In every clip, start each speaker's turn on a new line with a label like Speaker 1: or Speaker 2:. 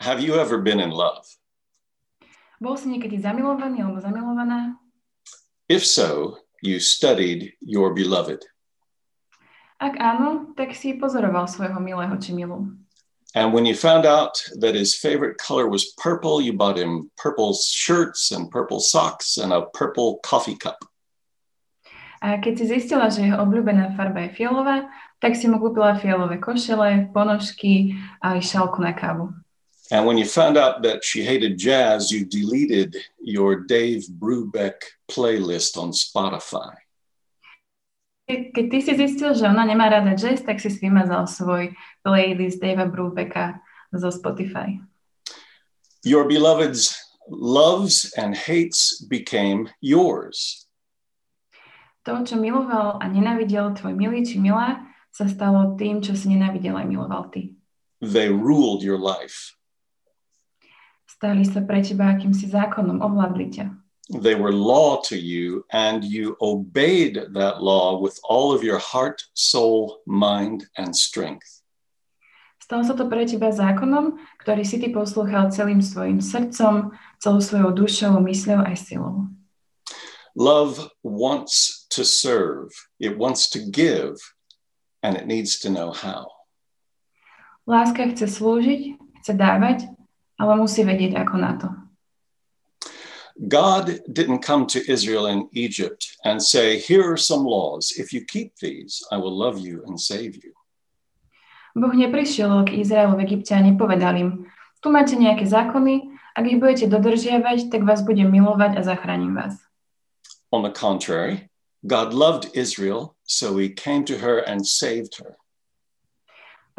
Speaker 1: Have you ever been in love?
Speaker 2: Bol si niekedy zamilovaný alebo zamilovaná?
Speaker 1: If so, you studied your beloved.
Speaker 2: Ak áno, tak si pozoroval svojho milého či milú.
Speaker 1: And when you found out that his favorite color was purple, you bought him purple shirts and purple socks and a purple coffee cup.
Speaker 2: A keď si zistila, že jeho obľúbená farba je fialová, tak si mu kúpila fialové košele, ponožky a aj šálku na kávu.
Speaker 1: And when you found out that she hated jazz, you deleted your Dave Brubeck playlist on Spotify.
Speaker 2: Ke- Keď ty si zistil, že ona nemá rada jazz, tak si vymazal svoj playlist Davea Brubecka zo Spotify.
Speaker 1: Your beloved's loves and hates became yours.
Speaker 2: To, čo miloval a nenávidel tvoj milý či milá, sa stalo tým, čo si nenávidel a miloval ty.
Speaker 1: They ruled your life.
Speaker 2: Stali sa pre teba akýmsi zákonom, ovládli ťa.
Speaker 1: They were law to you, and you obeyed that law with all of your heart, soul, mind, and strength.
Speaker 2: Stalo sa to pre teba zákonom, ktorý si ty poslúchal celým svojim srdcom, celou svojou dušou, mysľou aj silou.
Speaker 1: Love wants to serve, it wants to give, and it needs to know how.
Speaker 2: Láska chce slúžiť, chce dávať, ale musí vedieť ako na to.
Speaker 1: God didn't come to Israel in Egypt and say, Here are some laws. If you keep these, I will love you and save you.
Speaker 2: Boh neprišiel k Izraelu v Egypte a nepovedal im, tu máte nejaké zákony, ak ich budete dodržiavať, tak vás budem milovať a zachránim vás.
Speaker 1: On the contrary, God loved Israel, so he came to her and saved her.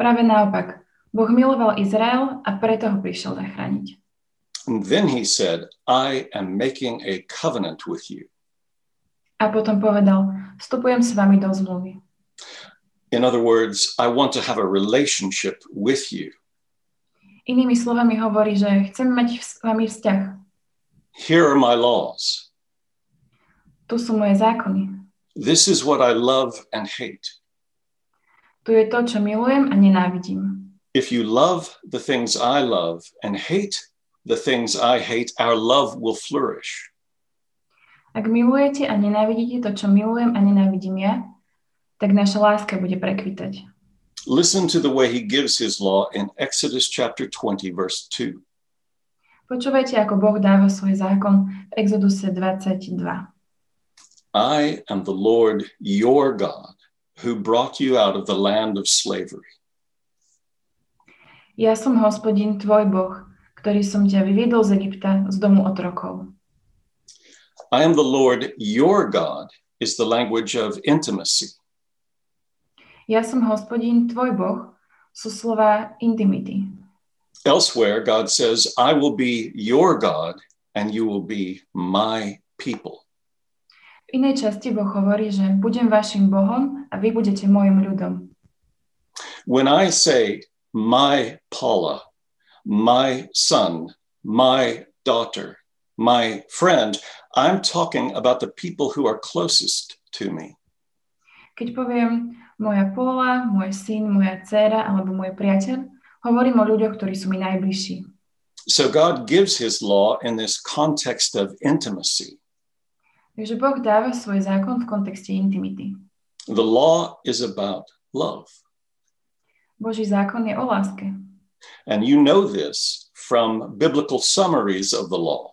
Speaker 2: Práve naopak, Boh miloval Izrael a preto ho prišiel zachrániť.
Speaker 1: And then he said, I am making a covenant with you.
Speaker 2: A potom povedal, vstupujem s vami do zmluvy.
Speaker 1: In other words, I want to have a relationship with you.
Speaker 2: Inými slovami hovorí, že chcem mať s vami vzťah.
Speaker 1: Here are my laws.
Speaker 2: Tu sú moje zákony.
Speaker 1: This is what I love and hate.
Speaker 2: Tu je to, čo milujem a nenávidím.
Speaker 1: If you love the things I love and hate the things I hate, our love will flourish.
Speaker 2: Ak milujete a nenávidíte to, čo milujem a nenávidím ja, tak naša láska bude prekvitať.
Speaker 1: Listen to the way he gives his law in Exodus chapter 20, verse 2.
Speaker 2: Počúvajte, ako Boh dáva svoj zákon v Exoduse 22.
Speaker 1: I am the Lord your God who brought you out of the land of slavery.
Speaker 2: Ja som hospodin, tvoj Boh, ktorý som ťa vyviedol z Egypta, z domu otrokov.
Speaker 1: I am the Lord your God is the language of intimacy.
Speaker 2: Ja som hospodin, tvoj Boh, sú slova intimity.
Speaker 1: Elsewhere, God says, I will be your God and you will be my people.
Speaker 2: V inej časti Boh hovorí, že budem vašim Bohom a vy budete mojim ľudom.
Speaker 1: When I say, my Paula, my son, my daughter, my friend, I'm talking about the people who are closest to me.
Speaker 2: Keď poviem moja Póla, môj syn, moja dcéra alebo môj priateľ, hovorím o ľuďoch, ktorí sú mi najbližší.
Speaker 1: So God gives his law in this context of intimacy.
Speaker 2: Takže Boh dáva svoj zákon v kontexte intimity.
Speaker 1: The law is about love.
Speaker 2: Boží zákon je o láske.
Speaker 1: And you know this from biblical summaries of the law.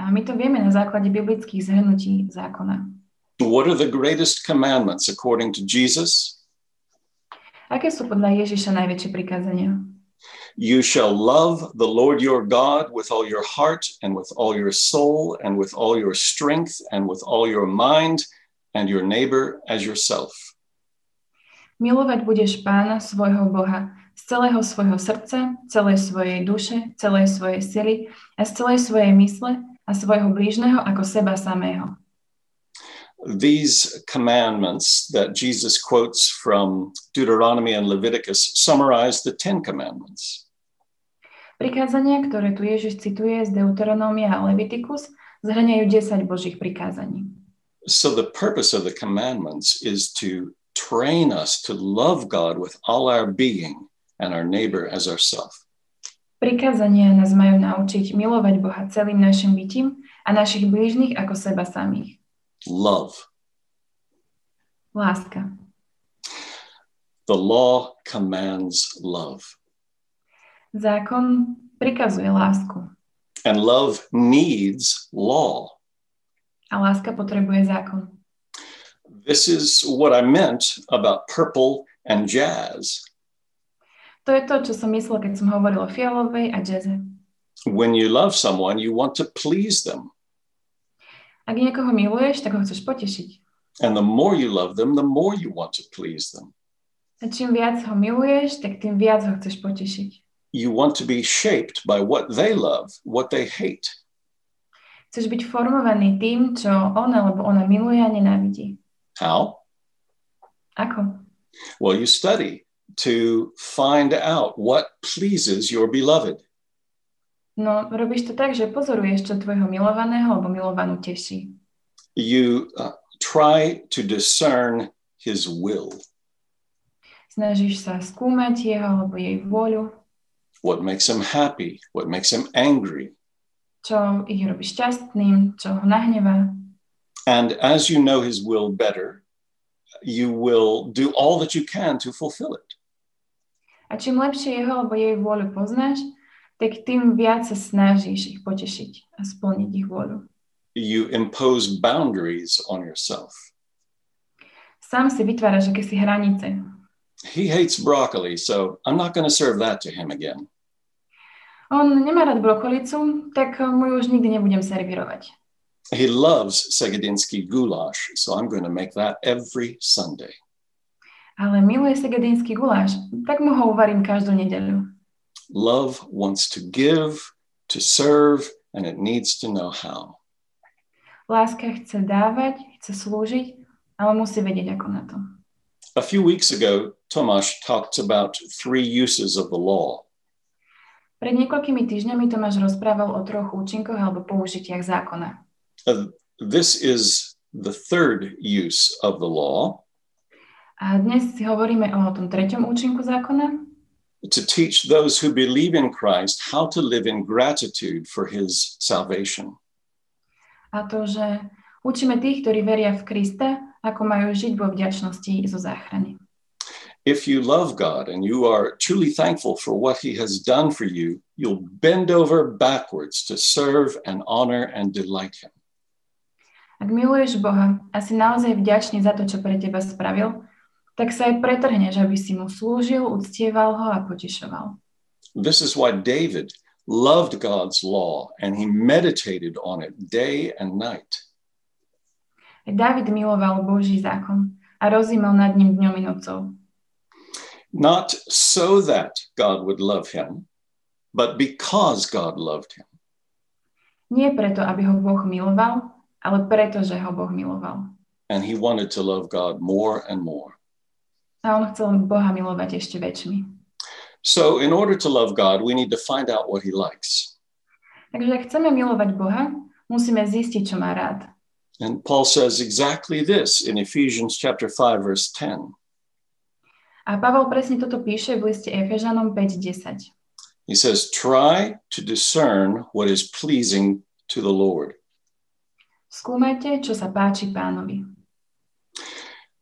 Speaker 2: A my to vieme na základe biblických zhrnutí zákona.
Speaker 1: What are the greatest commandments according to Jesus?
Speaker 2: Aké sú podľa Ježiša najväčšie prikázania?
Speaker 1: You shall love the Lord your God with all your heart and with all your soul and with all your strength and with all your mind and your neighbor as yourself.
Speaker 2: Milovať budeš pána svojho Boha z celého svojho srdca, celej svojej duše, celej svojej sily a z celej svojej mysle a svojho blížneho ako seba samého.
Speaker 1: These commandments that Jesus quotes from Deuteronomy and Leviticus summarize the 10 commandments.
Speaker 2: Prikázania, ktoré tu Ježiš cituje z Deuteronómia a Levitikus, zhrňajú 10 Božích prikázaní.
Speaker 1: So, the purpose of the commandments is to train us to love God with all our being and our neighbor as ourself.
Speaker 2: Prikázania nás majú naučiť milovať Boha celým našim bytím a našich blížnych ako seba samých.
Speaker 1: Love.
Speaker 2: Láska.
Speaker 1: The law commands love,
Speaker 2: Zákon prikazuje lásku
Speaker 1: and love needs law.
Speaker 2: a láska potrebuje zákon.
Speaker 1: This is what I meant about purple and jazz.
Speaker 2: To je to, čo som myslel, keď som hovoril o fialovej a jazze.
Speaker 1: When you love someone, you want to please them.
Speaker 2: Ak niekoho miluješ, tak ho chceš potešiť.
Speaker 1: And the more you love them, the more you want to please them.
Speaker 2: A čím viac ho miluješ, tak tým viac ho chceš potešiť.
Speaker 1: You want to be shaped by what they love, what they hate.
Speaker 2: Chceš byť formovaný tým, čo on alebo ona miluje a nenávidí.
Speaker 1: How?
Speaker 2: Ako?
Speaker 1: Well, you study to find out what pleases your beloved.
Speaker 2: No, robíš to tak, že pozoruješ, čo tvojho milovaného alebo milovanú teší.
Speaker 1: You uh, try to discern his will,
Speaker 2: Snažíš sa skúmať jeho alebo jej vôľu,
Speaker 1: what makes him happy, what makes him angry.
Speaker 2: čo ich robí šťastným, čo ho nahnevá.
Speaker 1: And as you know his will better, you will do all that you can to fulfill it.
Speaker 2: A čím lepšie jeho alebo jej vôľu poznáš, tak tým viac sa snažíš ich potešiť a splniť ich vôľu.
Speaker 1: You impose boundaries on yourself.
Speaker 2: Sám si vytváraš akési hranice.
Speaker 1: He hates broccoli, so I'm not going to serve that to him again.
Speaker 2: On nemá rád brokolicu, tak mu ju už nikdy nebudem servírovať.
Speaker 1: He loves Segedinsky goulash, so I'm going to make that every Sunday.
Speaker 2: Ale miluje segedínsky guláš, tak mu ho uvarím každú nedeľu.
Speaker 1: Love wants to give, to serve, and it needs to know how.
Speaker 2: Láska chce dávať, chce slúžiť, ale musí vedieť ako na to.
Speaker 1: A few weeks ago, Tomasz talked about three uses of the law.
Speaker 2: Pred niekoľkými týždňami Tomáš rozprával o troch účinkoch alebo použitiach zákona.
Speaker 1: Uh, this is the third use of the law
Speaker 2: A dnes si hovoríme o tom treťom účinku zákona,
Speaker 1: to teach those who believe in Christ how to live in gratitude for his salvation.
Speaker 2: a to, že učíme tých, ktorí veria v Krista, ako majú žiť vo vďačnosti zo záchrany.
Speaker 1: If you love God and you are truly thankful for what he has done for you, you'll bend over backwards to serve and honor and delight him.
Speaker 2: Ak miluješ Boha a si naozaj vďačný za to, čo pre teba spravil, tak sa aj pretrhneš, aby si mu slúžil, uctieval ho a potešoval.
Speaker 1: This is why David loved God's law and he meditated on it day and night.
Speaker 2: Aj David miloval Boží zákon a rozímal nad ním dňom i nocou.
Speaker 1: Not so that God would love him, but because God loved him.
Speaker 2: Nie preto, aby ho Boh miloval, ale preto, že ho Boh miloval.
Speaker 1: And he wanted to love God more and more.
Speaker 2: A on chcel Boha milovať ešte väčšmi.
Speaker 1: So, in order to love God, we need to find out what he likes.
Speaker 2: Takže ak chceme milovať Boha, musíme zistiť, čo má rád.
Speaker 1: And Paul says exactly this in Ephesians chapter 5 verse 10.
Speaker 2: A Pavel presne toto píše v liste Efežanom 5.10.
Speaker 1: He says, "Try to discern what is pleasing to the Lord."
Speaker 2: Skúmajte, čo sa páči pánovi.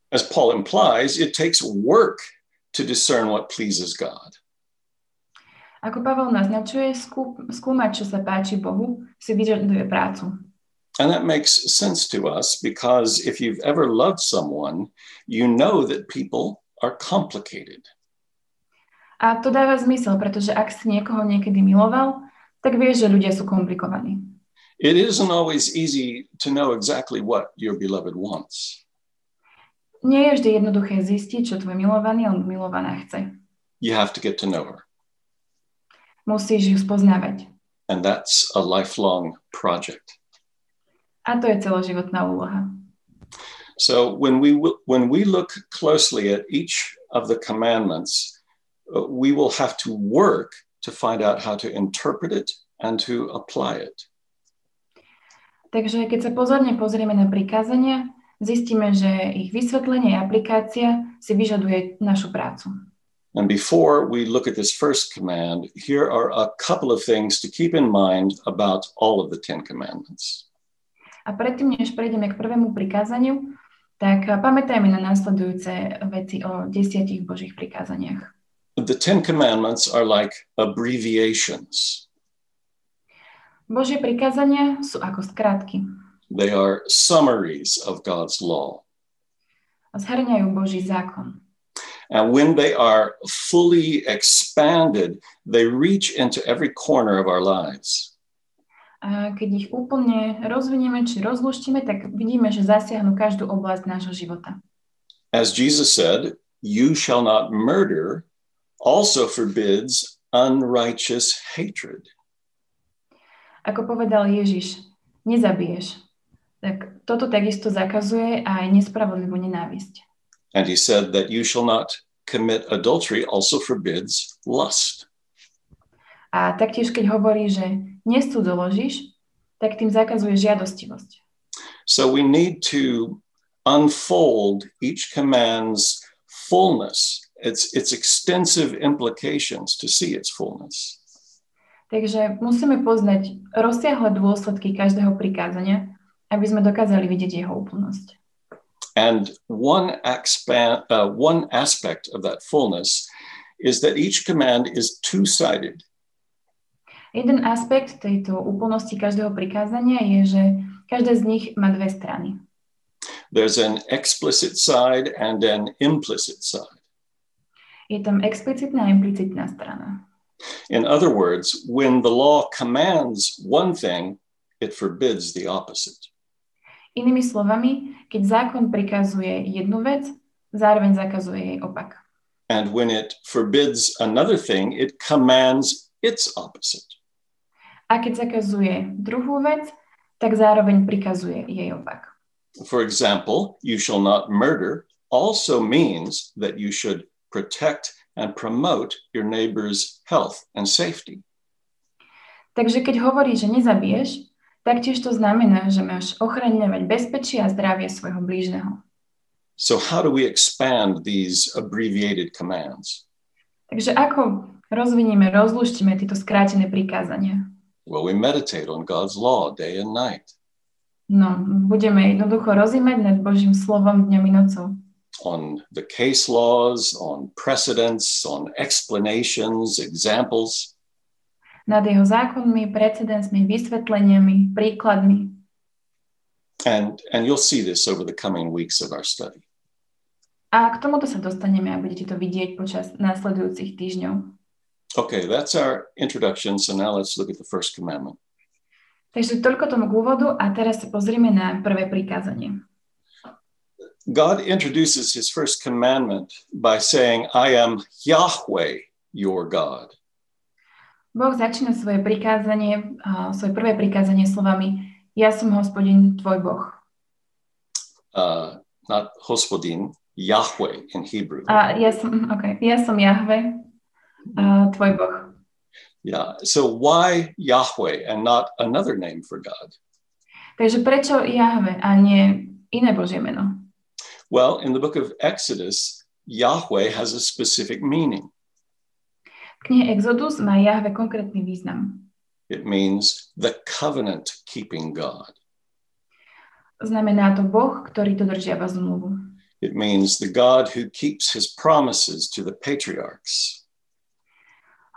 Speaker 1: As Paul implies, it takes work to discern what pleases God.
Speaker 2: Ako Pavel naznačuje, skú, skúmať, čo sa páči Bohu, si vyžaduje prácu.
Speaker 1: And that makes sense to us because if you've ever loved someone, you know that people are complicated.
Speaker 2: A to dáva zmysel, pretože ak si niekoho niekedy miloval, tak vieš, že ľudia sú komplikovaní.
Speaker 1: It isn't always easy to know exactly what your beloved wants.
Speaker 2: Nie je vždy jednoduché zistiť, čo tvoj milovaný alebo milovaná chce.
Speaker 1: You have to get to know her.
Speaker 2: Musíš ju spoznávať.
Speaker 1: And that's a lifelong project.
Speaker 2: A to je celoživotná úloha.
Speaker 1: So when we will, when we look closely at each of the commandments, uh, we will have to work to find out how to interpret it and to apply it.
Speaker 2: Takže keď sa pozorne pozrieme na prikázania, zistíme, že ich vysvetlenie a aplikácia si vyžaduje našu prácu.
Speaker 1: And before we look at this first command, here are a couple of things to keep in mind about all of the Ten Commandments.
Speaker 2: A predtým, než prejdeme k prvému prikázaniu, tak pamätajme na následujúce veci o desiatich Božích prikázaniach.
Speaker 1: The Ten Commandments are like abbreviations,
Speaker 2: Božie prikázania sú ako skratky.
Speaker 1: they are summaries of God's law.
Speaker 2: Zhrňajú Boží zákon.
Speaker 1: And when they are fully expanded, they reach into every corner of our lives.
Speaker 2: A keď ich úplne rozvinieme či rozluštíme, tak vidíme, že zasiahnu každú oblasť nášho života.
Speaker 1: As Jesus said, you shall not murder also forbids unrighteous hatred.
Speaker 2: Ako povedal Ježiš, nezabiješ. Tak toto takisto zakazuje aj nespravodlivú nenávisť.
Speaker 1: And he said that you shall not commit adultery also forbids lust.
Speaker 2: A taktiež, keď hovorí, že nesúdoložíš, tak tým zakazuje žiadostivosť.
Speaker 1: So we need to unfold each command's fullness, its, its extensive implications to see its fullness.
Speaker 2: Takže musíme poznať rozsiahle dôsledky každého prikázania, aby sme dokázali vidieť jeho úplnosť.
Speaker 1: And one, expan- uh, one aspect of that fullness is that each command is two sided.
Speaker 2: Jeden aspekt tejto úplnosti každého prikázania je, že každé z nich má dve strany.
Speaker 1: There's an explicit side and an implicit side.
Speaker 2: Je tam explicitná a implicitná strana.
Speaker 1: In other words, when the law commands one thing, it forbids the opposite.
Speaker 2: Inými slovami, keď zákon prikazuje jednu vec, zároveň zakazuje jej opak.
Speaker 1: And when it forbids another thing, it commands its opposite.
Speaker 2: A keď zakazuje druhú vec, tak zároveň prikazuje jej opak.
Speaker 1: For example, you shall not murder also means that you should protect and promote your neighbor's health and safety.
Speaker 2: Takže keď hovorí, že nezabiješ, taktiež to znamená, že máš ochraňovať bezpečie a zdravie svojho blížneho.
Speaker 1: So, how do we expand these abbreviated commands?
Speaker 2: Takže ako rozvinieme, rozluštíme tieto skrátené prikázania?
Speaker 1: Well, we meditate on God's law day and night,
Speaker 2: No, budeme jednoducho rozímať nad Božím slovom dňom i nocou.
Speaker 1: on the case laws, on precedents, on explanations, examples.
Speaker 2: Nad jeho zákonmi, precedensmi, vysvetleniami, príkladmi.
Speaker 1: And, and you'll see this over the coming weeks of our study.
Speaker 2: A k tomuto sa dostaneme a budete to vidieť počas následujúcich týždňov.
Speaker 1: Okay, that's our introduction. So, now let's look at the first commandment.
Speaker 2: Takže toľko tomu k úvodu a teraz sa pozrieme na prvé prikázanie.
Speaker 1: God introduces his first commandment by saying, I am Yahweh, your God.
Speaker 2: Boh začína svoje prikázanie, a svoje prvé prikázanie slovami Ja som hospodin, tvoj Boh.
Speaker 1: Uh, not hospodin, Yahweh in Hebrew.
Speaker 2: A ja som, okay, ja som Jahve, a tvoj Boh.
Speaker 1: Yeah. So why Yahweh and not another name for God?
Speaker 2: Takže prečo Jahve a nie iné Božie meno?
Speaker 1: Well, in the book of Exodus, Yahweh has a specific meaning.
Speaker 2: V knihe Exodus má Jahve konkrétny význam.
Speaker 1: It means the covenant keeping God.
Speaker 2: Znamená to Boh, ktorý dodržiava zmluvu.
Speaker 1: It means the God who keeps his promises to the patriarchs.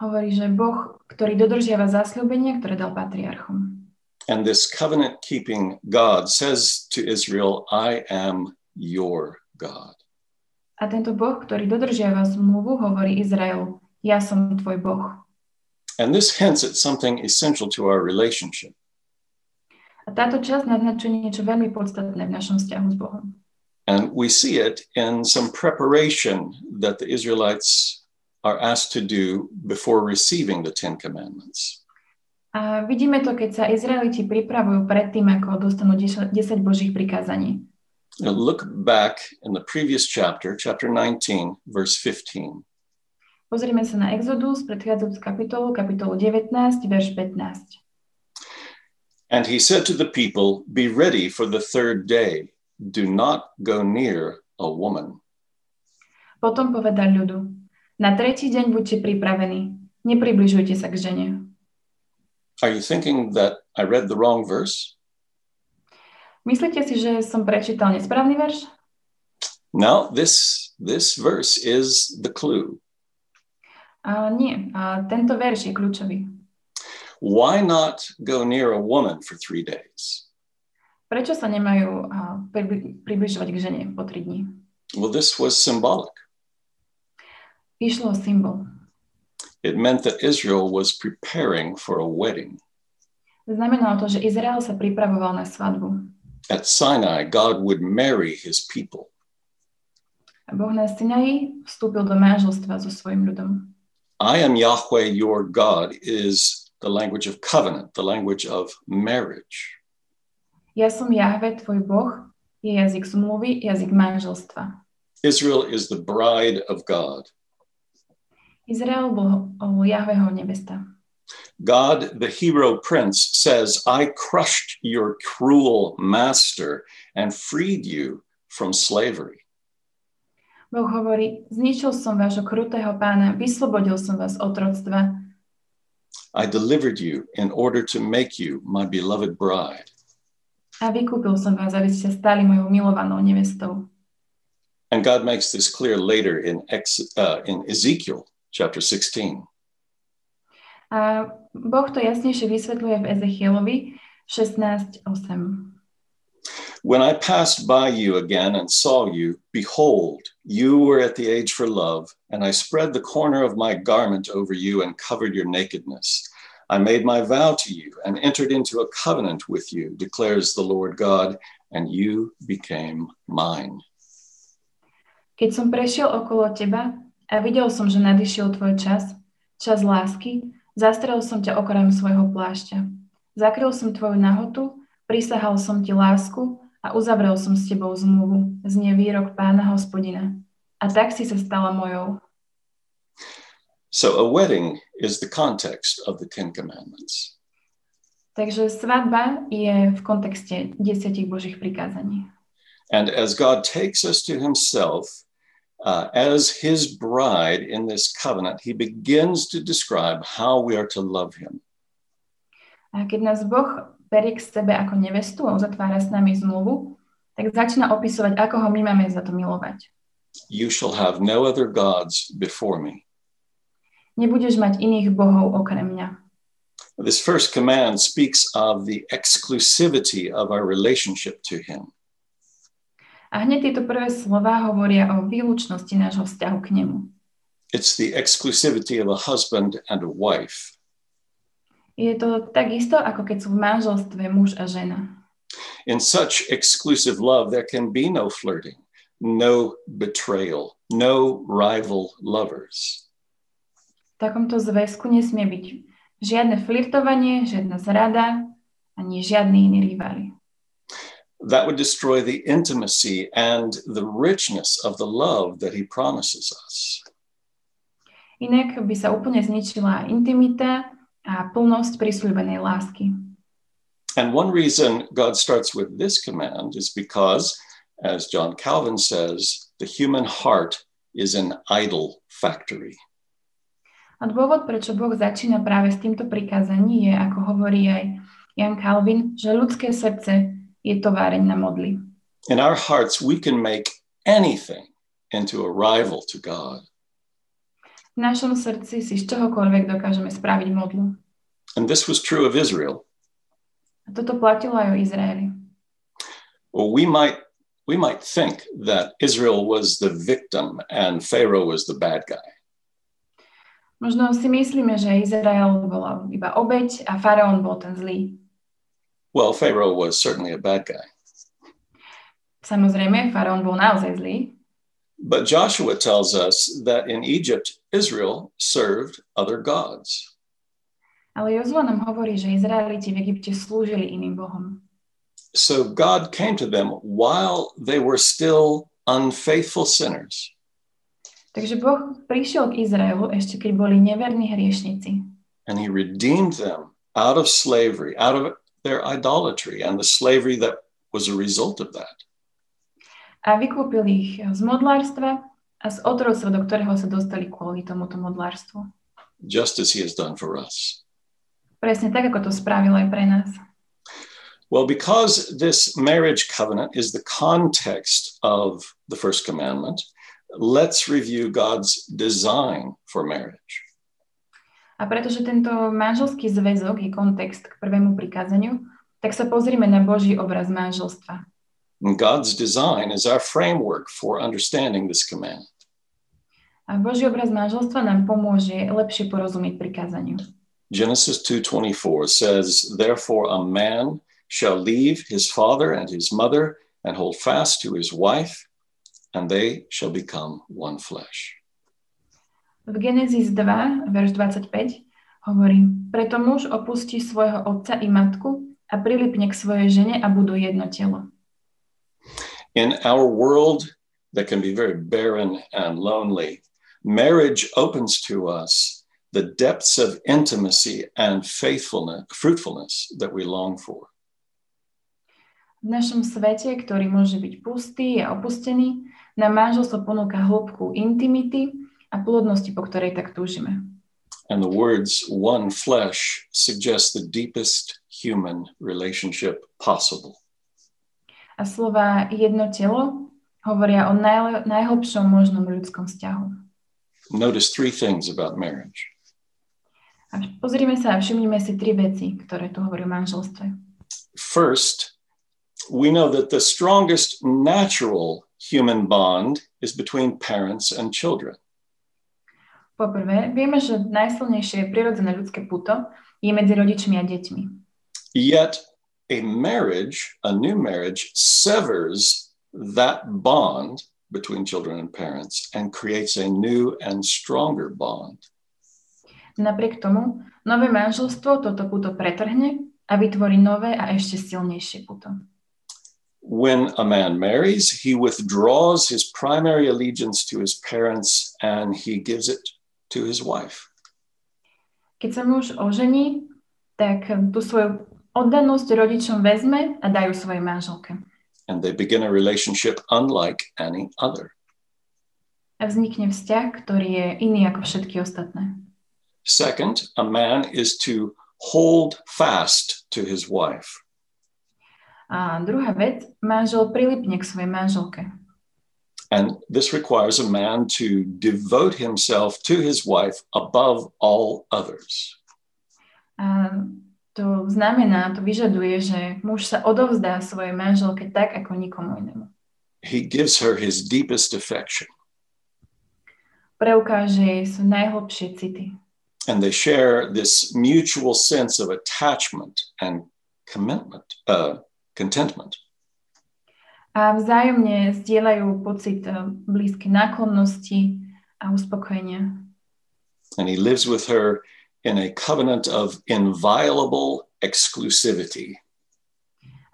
Speaker 2: Hovorí, že Boh, ktorý dodržiava zasľúbenie, ktoré dal patriarchom.
Speaker 1: And this covenant keeping God says to Israel, I am your God.
Speaker 2: A tento Boh, ktorý dodržiava zmluvu, hovorí Izraelu, ja som tvoj Boh.
Speaker 1: And this hints at something essential to our relationship.
Speaker 2: A táto časť naznačuje niečo veľmi podstatné v našom vzťahu s Bohom.
Speaker 1: And we see it in some preparation that the Israelites are asked to do before receiving the Ten Commandments.
Speaker 2: A vidíme to, keď sa Izraeliti pripravujú pred tým, ako dostanú 10 božích prikázaní.
Speaker 1: Now look back in the previous chapter, chapter 19, verse 15.
Speaker 2: Pozrieme sa na Exodus, predchádzajúcu kapitolu, kapitolu 19, verš 15.
Speaker 1: And he said to the people, Be ready for the third day. Do not go near a woman.
Speaker 2: Potom povedal ľudu, Na tretí deň buďte pripravení. Nepribližujte sa k žene.
Speaker 1: Are you thinking that I read the wrong verse?
Speaker 2: Myslíte si, že som prečítal nesprávny verš?
Speaker 1: No, this this verse is the clue.
Speaker 2: A nie, a tento verš je kľúčový.
Speaker 1: Why not go near a woman for 3 days?
Speaker 2: Prečo sa nemajú a, pribli- približovať k žene po 3 dní?
Speaker 1: Well, this was symbolic.
Speaker 2: Išlo o symbol.
Speaker 1: It meant that Israel was preparing for a wedding.
Speaker 2: Znamenalo to, že Izrael sa pripravoval na svadbu.
Speaker 1: At Sinai, God would marry his people.
Speaker 2: A Boh na Sinaji vstúpil do manželstva so svojim ľudom.
Speaker 1: I am Yahweh your God is the language of covenant, the language of marriage.
Speaker 2: Ja som Jahve, tvoj Boh, je jazyk zmluvy, jazyk manželstva.
Speaker 1: Israel is the bride of God.
Speaker 2: Izrael bol o Jahveho nevesta.
Speaker 1: God, the hero prince, says, I crushed your cruel master and freed you from slavery.
Speaker 2: Boh hovorí, zničil som vášho krutého pána, vyslobodil som vás z otroctva,
Speaker 1: I delivered you in order to make you my beloved bride.
Speaker 2: A vykúpil som vás, aby ste stali mojou milovanou nevestou.
Speaker 1: And God makes this clear later in, Ex- uh, in Ezekiel chapter 16.
Speaker 2: A Boh to jasnejšie vysvetľuje v Ezechielovi 16.8.
Speaker 1: When I passed by you again and saw you, behold, you were at the age for love, and I spread the corner of my garment over you and covered your nakedness. I made my vow to you and entered into a covenant with you, declares the Lord God, and you became mine.
Speaker 2: Keď som prešiel okolo teba a videl som, že nadišiel tvoj čas, čas lásky, zastrel som ťa okrem svojho plášťa. Zakryl som tvoju nahotu, prisahal som ti lásku a uzavrel som s tebou zmluvu, znie výrok pána hospodina. A tak si sa stala mojou.
Speaker 1: So a wedding is the context of the Ten Commandments.
Speaker 2: Takže svadba je v kontexte desiatich božích prikázaní.
Speaker 1: And as God takes us to himself uh, as his bride in this covenant, he begins to describe how we are to love him.
Speaker 2: A keď nás Boh berie k sebe ako nevestu a uzatvára s nami zmluvu, tak začína opisovať, ako ho my máme za to milovať.
Speaker 1: You shall have no other gods before me.
Speaker 2: Nebudeš mať iných bohov okrem mňa.
Speaker 1: This first command speaks of the exclusivity of our relationship to him.
Speaker 2: A hneď tieto prvé slova hovoria o výlučnosti nášho vzťahu k nemu.
Speaker 1: It's the exclusivity of a husband and a wife.
Speaker 2: Je to takisto, ako keď sú v manželstve muž a žena.
Speaker 1: In such exclusive love, there can be no flirting, no betrayal, no rival lovers.
Speaker 2: V takomto zväzku nesmie byť žiadne flirtovanie, žiadna zrada, ani žiadny iný rivali.
Speaker 1: that would destroy the intimacy and the richness of the love that he promises us.
Speaker 2: Inak by sa úplne zničila intimita a plnosť prisľúbenej lásky.
Speaker 1: And one reason God starts with this command is because, as John Calvin says, the human heart is an idol factory.
Speaker 2: A dôvod, prečo Boh začína práve s týmto prikázaním, je, ako hovorí aj Jan Calvin, že ľudské srdce je továreň na modli.
Speaker 1: In our hearts, we can make anything into a rival to God.
Speaker 2: V našom srdci si z čohokoľvek dokážeme spraviť modlu.
Speaker 1: And this was true of Israel.
Speaker 2: A toto platilo aj o Izraeli.
Speaker 1: Or we might, we might think that Israel was the victim and Pharaoh was the bad guy.
Speaker 2: Možno si myslíme, že Izrael bola iba obeď a faraón bol ten zlý.
Speaker 1: Well, Pharaoh was certainly a bad guy.
Speaker 2: Samozrejme, faraón bol naozaj zlý,
Speaker 1: But Joshua tells us that in Egypt, Israel served other gods.
Speaker 2: ale Jozua nám hovorí, že Izraeliti v Egypte slúžili iným bohom.
Speaker 1: So God came to them while they were still unfaithful sinners.
Speaker 2: Takže Boh prišiel k Izraelu ešte keď boli neverní hriešnici.
Speaker 1: And he redeemed them out of slavery, out of their idolatry and the slavery that was a result of that.
Speaker 2: a vykúpil ich z modlárstva a z otroctva, do ktorého sa dostali kvôli tomuto modlárstvu.
Speaker 1: just as he has done for us.
Speaker 2: Presne tak, ako to spravil aj pre nás.
Speaker 1: Well, because this marriage covenant is the context of the first commandment, let's review God's design for marriage.
Speaker 2: A pretože tento manželský zväzok je kontext k prvému prikázaniu, tak sa pozrime na Boží obraz manželstva.
Speaker 1: And God's design is our framework for understanding this command.
Speaker 2: A Boží obraz manželstva nám pomôže lepšie porozumieť prikázaniu.
Speaker 1: Genesis 2:24 says, "Therefore a man shall leave his father and his mother and hold fast to his wife, and they shall become one flesh."
Speaker 2: V Genesis 2, verš 25 hovorí, preto muž opustí svojho otca i matku a prilipne k svojej žene a budú jedno telo.
Speaker 1: in our world that can be very barren and lonely, marriage opens to us the depths of intimacy and faithfulness, fruitfulness that we long for.
Speaker 2: V našom svete, ktorý môže byť pustý a opustený, nám manželstvo ponúka hĺbku intimity a plodnosti, po ktorej tak túžime.
Speaker 1: And the words one flesh suggest the deepest human relationship possible.
Speaker 2: A slova jedno telo hovoria o najle- najhlbšom možnom ľudskom vzťahu.
Speaker 1: Notice three things about marriage.
Speaker 2: A pozrime sa a všimnime si tri veci, ktoré tu hovorí o manželstve.
Speaker 1: First, we know that the strongest natural human bond is between parents and children.
Speaker 2: Poprvé, vieme, že najsilnejšie prirodzené ľudské puto je medzi rodičmi a deťmi.
Speaker 1: Yet a marriage, a new marriage, severs that bond between children and parents and creates a new and stronger bond.
Speaker 2: Napriek tomu, nové manželstvo toto puto pretrhne a vytvorí nové a ešte silnejšie puto.
Speaker 1: When a man marries, he withdraws his primary allegiance to his parents and he gives it to his wife.
Speaker 2: Keď sa muž ožení, tak tú svoju oddanosť rodičom vezme a dajú svojej manželke.
Speaker 1: And they begin a relationship unlike any other.
Speaker 2: A vznikne vzťah, ktorý je iný ako všetky ostatné.
Speaker 1: Second, a man is to hold fast to his wife.
Speaker 2: A druhá vec, manžel prilipne k svojej manželke.
Speaker 1: And this requires a man to devote himself to his wife above all others.
Speaker 2: A to znamená, to vyžaduje, že muž sa odovzdá svojej manželke tak, ako nikomu inému.
Speaker 1: He gives her his deepest affection,
Speaker 2: Preukáže jej svoje najhlbšie city.
Speaker 1: and they share this mutual sense of attachment and commitment, uh, contentment.
Speaker 2: A vzájomne zdieľajú pocit eh, blízkej náklonnosti a uspokojenia.
Speaker 1: And he lives with her in a covenant of inviolable exclusivity.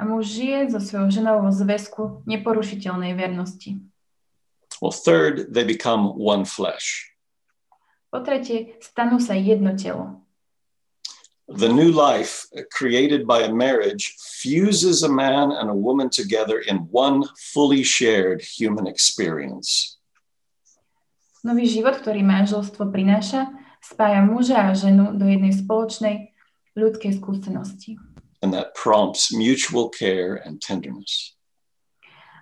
Speaker 2: A muž žije so svojou ženou vo zväzku neporušiteľnej vernosti.
Speaker 1: Well, third, they become one flesh.
Speaker 2: Po tretie, stanú sa jedno telo.
Speaker 1: The new life created by a marriage fuses a man and a woman together in one fully shared human experience.
Speaker 2: Nový život, ktorý manželstvo prináša, spája muža a ženu do jednej spoločnej ľudskej skúsenosti.
Speaker 1: And that prompts mutual care and tenderness.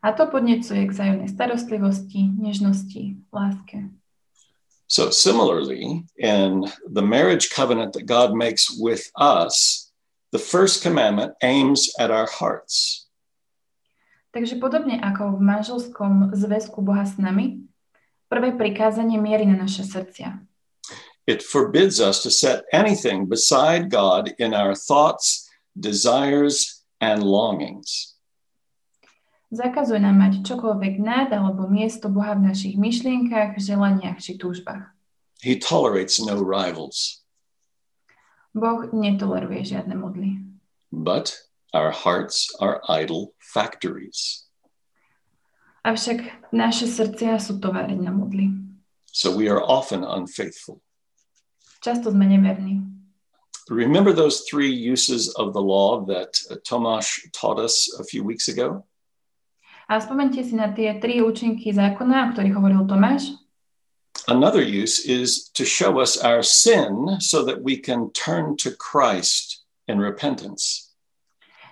Speaker 2: A to podnecuje k vzájomnej starostlivosti, nežnosti, láske.
Speaker 1: So, similarly, in the marriage covenant that God makes with us, the first commandment aims at our hearts.
Speaker 2: Takže podobne ako v manželskom zväzku Boha s nami, prvé prikázanie mierí na naše srdcia.
Speaker 1: It forbids us to set anything beside God in our thoughts, desires, and longings.
Speaker 2: Zakazuje nám mať čokoľvek nad alebo miesto Boha v našich myšlienkach, želaniach či túžbách.
Speaker 1: He tolerates no rivals.
Speaker 2: Boh netoleruje žiadne modly.
Speaker 1: but our hearts are idle factories.
Speaker 2: Avšak naše srdcia sú továreň na modly.
Speaker 1: So we are often unfaithful.
Speaker 2: Často sme neverní.
Speaker 1: Remember those three uses of the law that uh, Tomasz taught us a few weeks ago?
Speaker 2: A A spomente si na tie tri účinky zákona, o ktorých hovoril Tomáš.
Speaker 1: Another use is to show us our sin so that we can turn to Christ in repentance.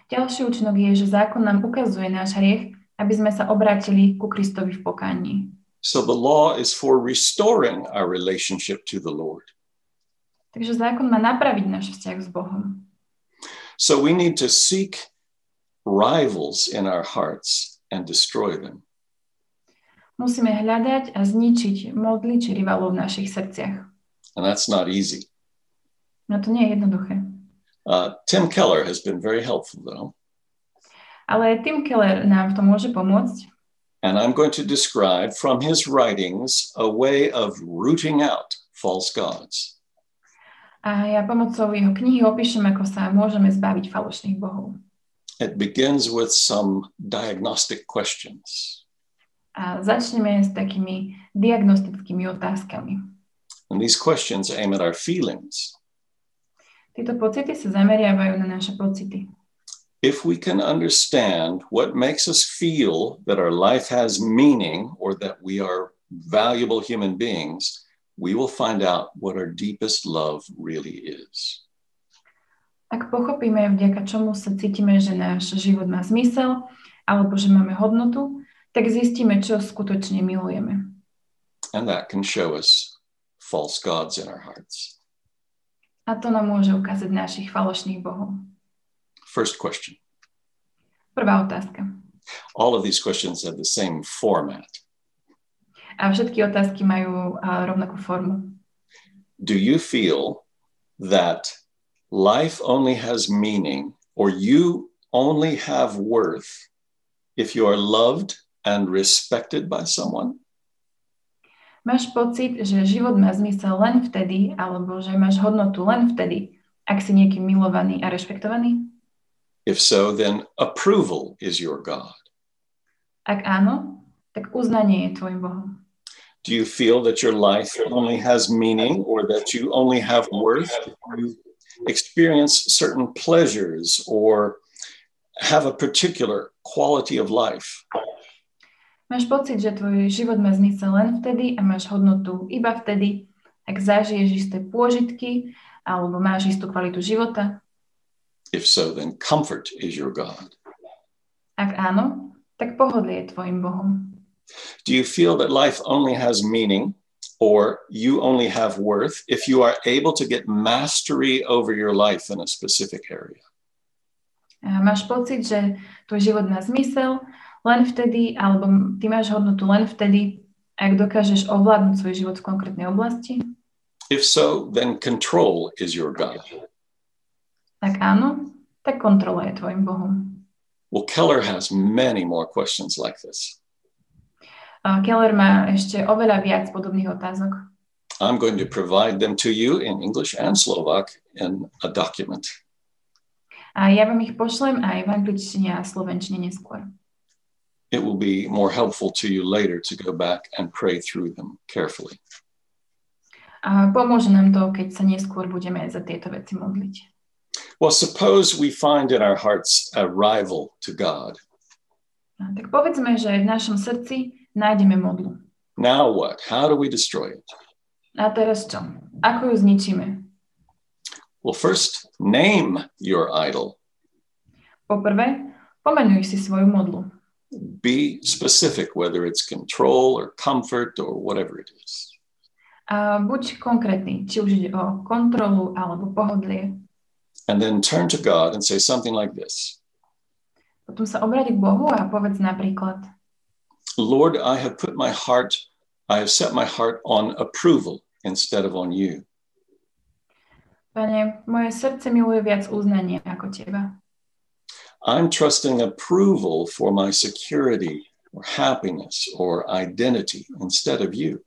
Speaker 2: Ďalší účinok je, že zákon nám ukazuje náš hriech, aby sme sa obrátili ku Kristovi v pokáni.
Speaker 1: So the law is for restoring our relationship to the Lord.
Speaker 2: Takže zákon má napraviť náš vzťah s Bohom.
Speaker 1: So we need to seek rivals in our hearts and destroy them.
Speaker 2: Musíme hľadať a zničiť modly či rivalov v našich srdciach.
Speaker 1: And that's not easy.
Speaker 2: No to nie je jednoduché.
Speaker 1: Uh, Tim Keller has been very helpful, though.
Speaker 2: Ale Tim Keller nám v tom môže pomôcť.
Speaker 1: And I'm going to describe from his writings a way of rooting out false gods.
Speaker 2: A ja pomocou jeho knihy opíšem, ako sa môžeme zbaviť falošných bohov.
Speaker 1: It begins with some diagnostic questions.
Speaker 2: A začneme s takými diagnostickými otázkami.
Speaker 1: And these questions aim at our feelings.
Speaker 2: Tieto pocity sa zameriavajú na naše pocity.
Speaker 1: If we can understand what makes us feel that our life has meaning or that we are valuable human beings, we will find out what our deepest love really is.
Speaker 2: Ak pochopíme, vďaka čomu sa cítime, že náš život má zmysel alebo že máme hodnotu, tak zistíme, čo skutočne milujeme.
Speaker 1: And that can show us false gods in our hearts.
Speaker 2: A to nám môže ukázať našich falošných bohov.
Speaker 1: First question.
Speaker 2: Prvá otázka.
Speaker 1: All of these questions have the same format.
Speaker 2: A všetky otázky majú a, rovnakú formu.
Speaker 1: Do you feel that life only has meaning or you only have worth if you are loved and respected by someone?
Speaker 2: Máš pocit, že život má zmysel len vtedy, alebo že máš hodnotu len vtedy, ak si niekým milovaný a rešpektovaný?
Speaker 1: If so, then approval is your God.
Speaker 2: Ak áno, tak uznanie je tvojim Bohom.
Speaker 1: Do you feel that your life only has meaning or that you only have worth? if you experience certain pleasures or have a particular quality of life?
Speaker 2: Máš pocit, že tvoj život má zmysel len vtedy a máš hodnotu iba vtedy, ak zažiješ isté pôžitky alebo máš istú kvalitu života?
Speaker 1: If so, then comfort is your God.
Speaker 2: Ak áno, tak pohodlie je tvojim Bohom.
Speaker 1: Do you feel that life only has meaning or you only have worth if you are able to get mastery over your life in a specific area?
Speaker 2: A Eh, máš pocit, že tvoj život má zmysel len vtedy, alebo ty máš hodnotu len vtedy, ak dokážeš ovládnuť svoj život v konkrétnej oblasti?
Speaker 1: If so, then control is your God.
Speaker 2: Ak áno, tak kontrola je tvojim Bohom.
Speaker 1: Well, Keller has many more questions like this.
Speaker 2: A Eh, Keller má ešte oveľa viac podobných otázok.
Speaker 1: I'm going to provide them to you in English and Slovak in a document.
Speaker 2: A ja vám ich pošlem aj v angličtine a slovenčine neskôr.
Speaker 1: It will be more helpful to you later to go back and pray through them carefully.
Speaker 2: A pomôže nám to, keď sa neskôr budeme za tieto veci modliť.
Speaker 1: Well, suppose we find in our hearts a rival to God.
Speaker 2: A tak povedzme, že v našom srdci nájdeme modlu.
Speaker 1: Now what? How do we destroy it?
Speaker 2: A teraz čo? Ako ju zničíme?
Speaker 1: Well, first, name your idol.
Speaker 2: Poprvé, pomenuj si svoju modlu.
Speaker 1: Be specific, whether it's control or comfort or whatever it is.
Speaker 2: A buď konkrétny, či už ide o kontrolu alebo pohodlie.
Speaker 1: And then turn to God and say something like this
Speaker 2: Potom sa obráť k Bohu a povedz napríklad
Speaker 1: Lord, I have put my heart, I have set my heart on approval instead of on you.
Speaker 2: Pane, moje srdce miluje viac uznanie ako teba.
Speaker 1: I'm trusting approval for my security or happiness or identity instead of you.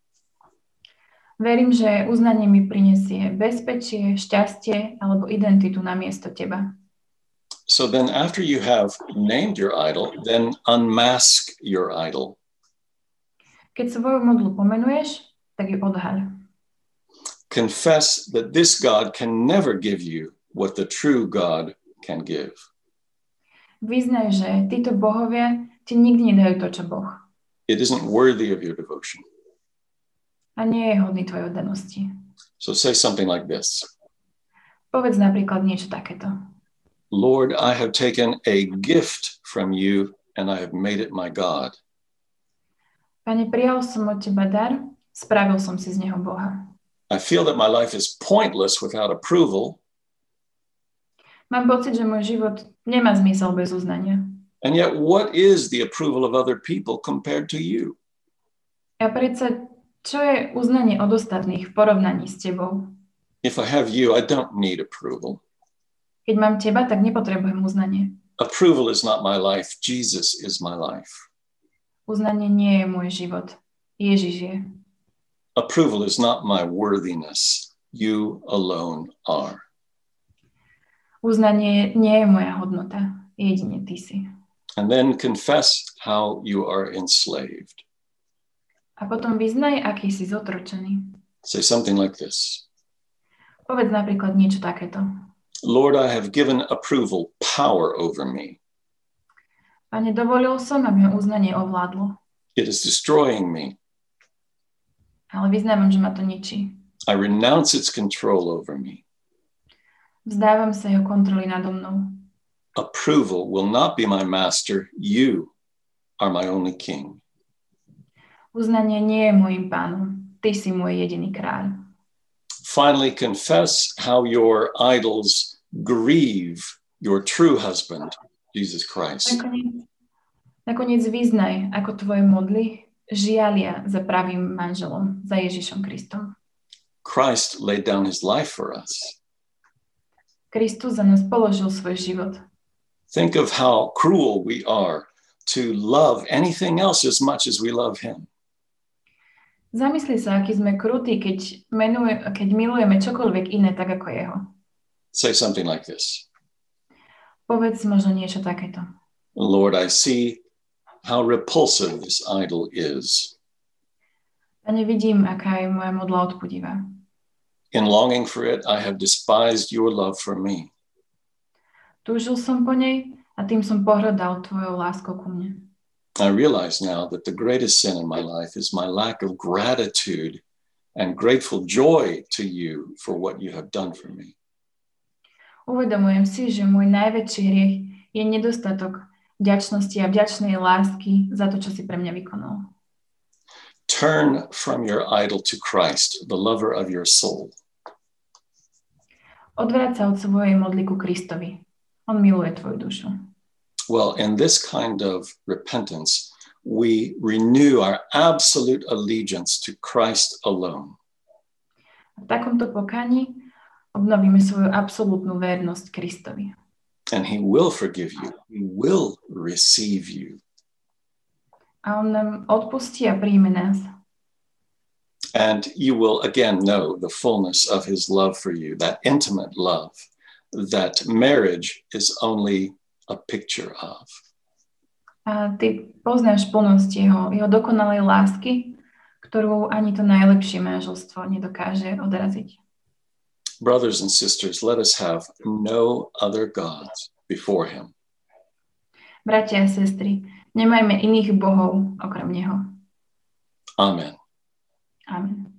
Speaker 2: Verím, že uznanie mi prinesie bezpečie, šťastie alebo identitu na miesto teba.
Speaker 1: So then, after you have named your idol, then unmask your idol.
Speaker 2: Keď svoju modlu pomenuješ, tak ju odhaľ.
Speaker 1: Confess that this God can never give you what the true God can give.
Speaker 2: Vyznaj, že títo bohovia ti nikdy nedajú to, čo Boh.
Speaker 1: It isn't worthy of your devotion.
Speaker 2: A nie je hodný tvojej oddanosti.
Speaker 1: So say something like this
Speaker 2: Povedz napríklad niečo takéto.
Speaker 1: Lord, I have taken a gift from you and I have made it my God.
Speaker 2: Pane, prijal som od teba dar, spravil som si z neho Boha.
Speaker 1: I feel that my life is pointless without approval,
Speaker 2: Mám pocit, že môj život nemá zmysel bez uznania.
Speaker 1: and yet what is the approval of other people compared to you?
Speaker 2: A predsa, čo je uznanie od ostatných v porovnaní s tebou?
Speaker 1: If I have you, I don't need approval.
Speaker 2: Keď mám teba, tak nepotrebujem uznanie.
Speaker 1: Approval is not my life, Jesus is my life.
Speaker 2: Uznanie nie je môj život. Ježiš je.
Speaker 1: Approval is not my worthiness. You alone are.
Speaker 2: Uznanie nie je moja hodnota. Jedine ty si.
Speaker 1: And then confess how you are enslaved.
Speaker 2: A potom vyznaj, aký si zotročený.
Speaker 1: Say something like this
Speaker 2: Povedz napríklad niečo takéto.
Speaker 1: Lord, I have given approval power over me.
Speaker 2: Pane, dovolil som, aby ho uznanie ovládlo,
Speaker 1: It is destroying me.
Speaker 2: ale vyznávam, že ma to ničí.
Speaker 1: I renounce its control over me.
Speaker 2: Vzdávam sa jeho kontroly nado mnou.
Speaker 1: Approval will not be my master. You are my only king.
Speaker 2: Uznanie nie je môjim pánom. Ty si môj jediný kráľ.
Speaker 1: Finally, confess how your idols grieve your true husband, Jesus Christ.
Speaker 2: Nakoniec, nakoniec vyznaj, ako tvoje modly žialia za pravým manželom, za Ježišom Kristom.
Speaker 1: Christ laid down his life for us.
Speaker 2: Kristus za nás položil svoj život.
Speaker 1: Think of how cruel we are to love anything else as much as we love him.
Speaker 2: Zamysli sa, aký sme krutí, keď, menuje, keď milujeme čokoľvek iné tak ako jeho.
Speaker 1: Say something like this
Speaker 2: Povedz možno niečo takéto.
Speaker 1: Lord, I see how repulsive this idol is.
Speaker 2: Pane, vidím, aká je moja modla odpudivá.
Speaker 1: In longing for it, I have despised your love for me.
Speaker 2: Túžil som po nej a tým som pohrdal tvojou láskou ku mne.
Speaker 1: I realize now that the greatest sin in my life is my lack of gratitude and grateful joy to you for what you have done for me.
Speaker 2: Uvedomujem si, že môj najväčší hriech je nedostatok vďačnosti a vďačnej lásky za to, čo si pre mňa vykonal.
Speaker 1: Turn from your idol to Christ, the lover of your soul.
Speaker 2: Odvrať sa od svojej modly ku Kristovi. On miluje tvoju dušu.
Speaker 1: Well, in this kind of repentance, we renew our absolute allegiance to Christ alone.
Speaker 2: V takomto pokaní obnovíme svoju absolútnu vernosť Kristovi.
Speaker 1: And he will forgive you, he will receive you.
Speaker 2: A on nám odpustí a príjme nás.
Speaker 1: And you will again know the fullness of his love for you, that intimate love that marriage is only a picture of.
Speaker 2: A ty poznáš plnosť jeho, jeho dokonalej lásky, ktorú ani to najlepšie manželstvo nedokáže odraziť.
Speaker 1: Brothers and sisters, let us have no other gods before him.
Speaker 2: Bratia a sestry, nemajme iných bohov okrem Neho.
Speaker 1: Amen.
Speaker 2: Amen.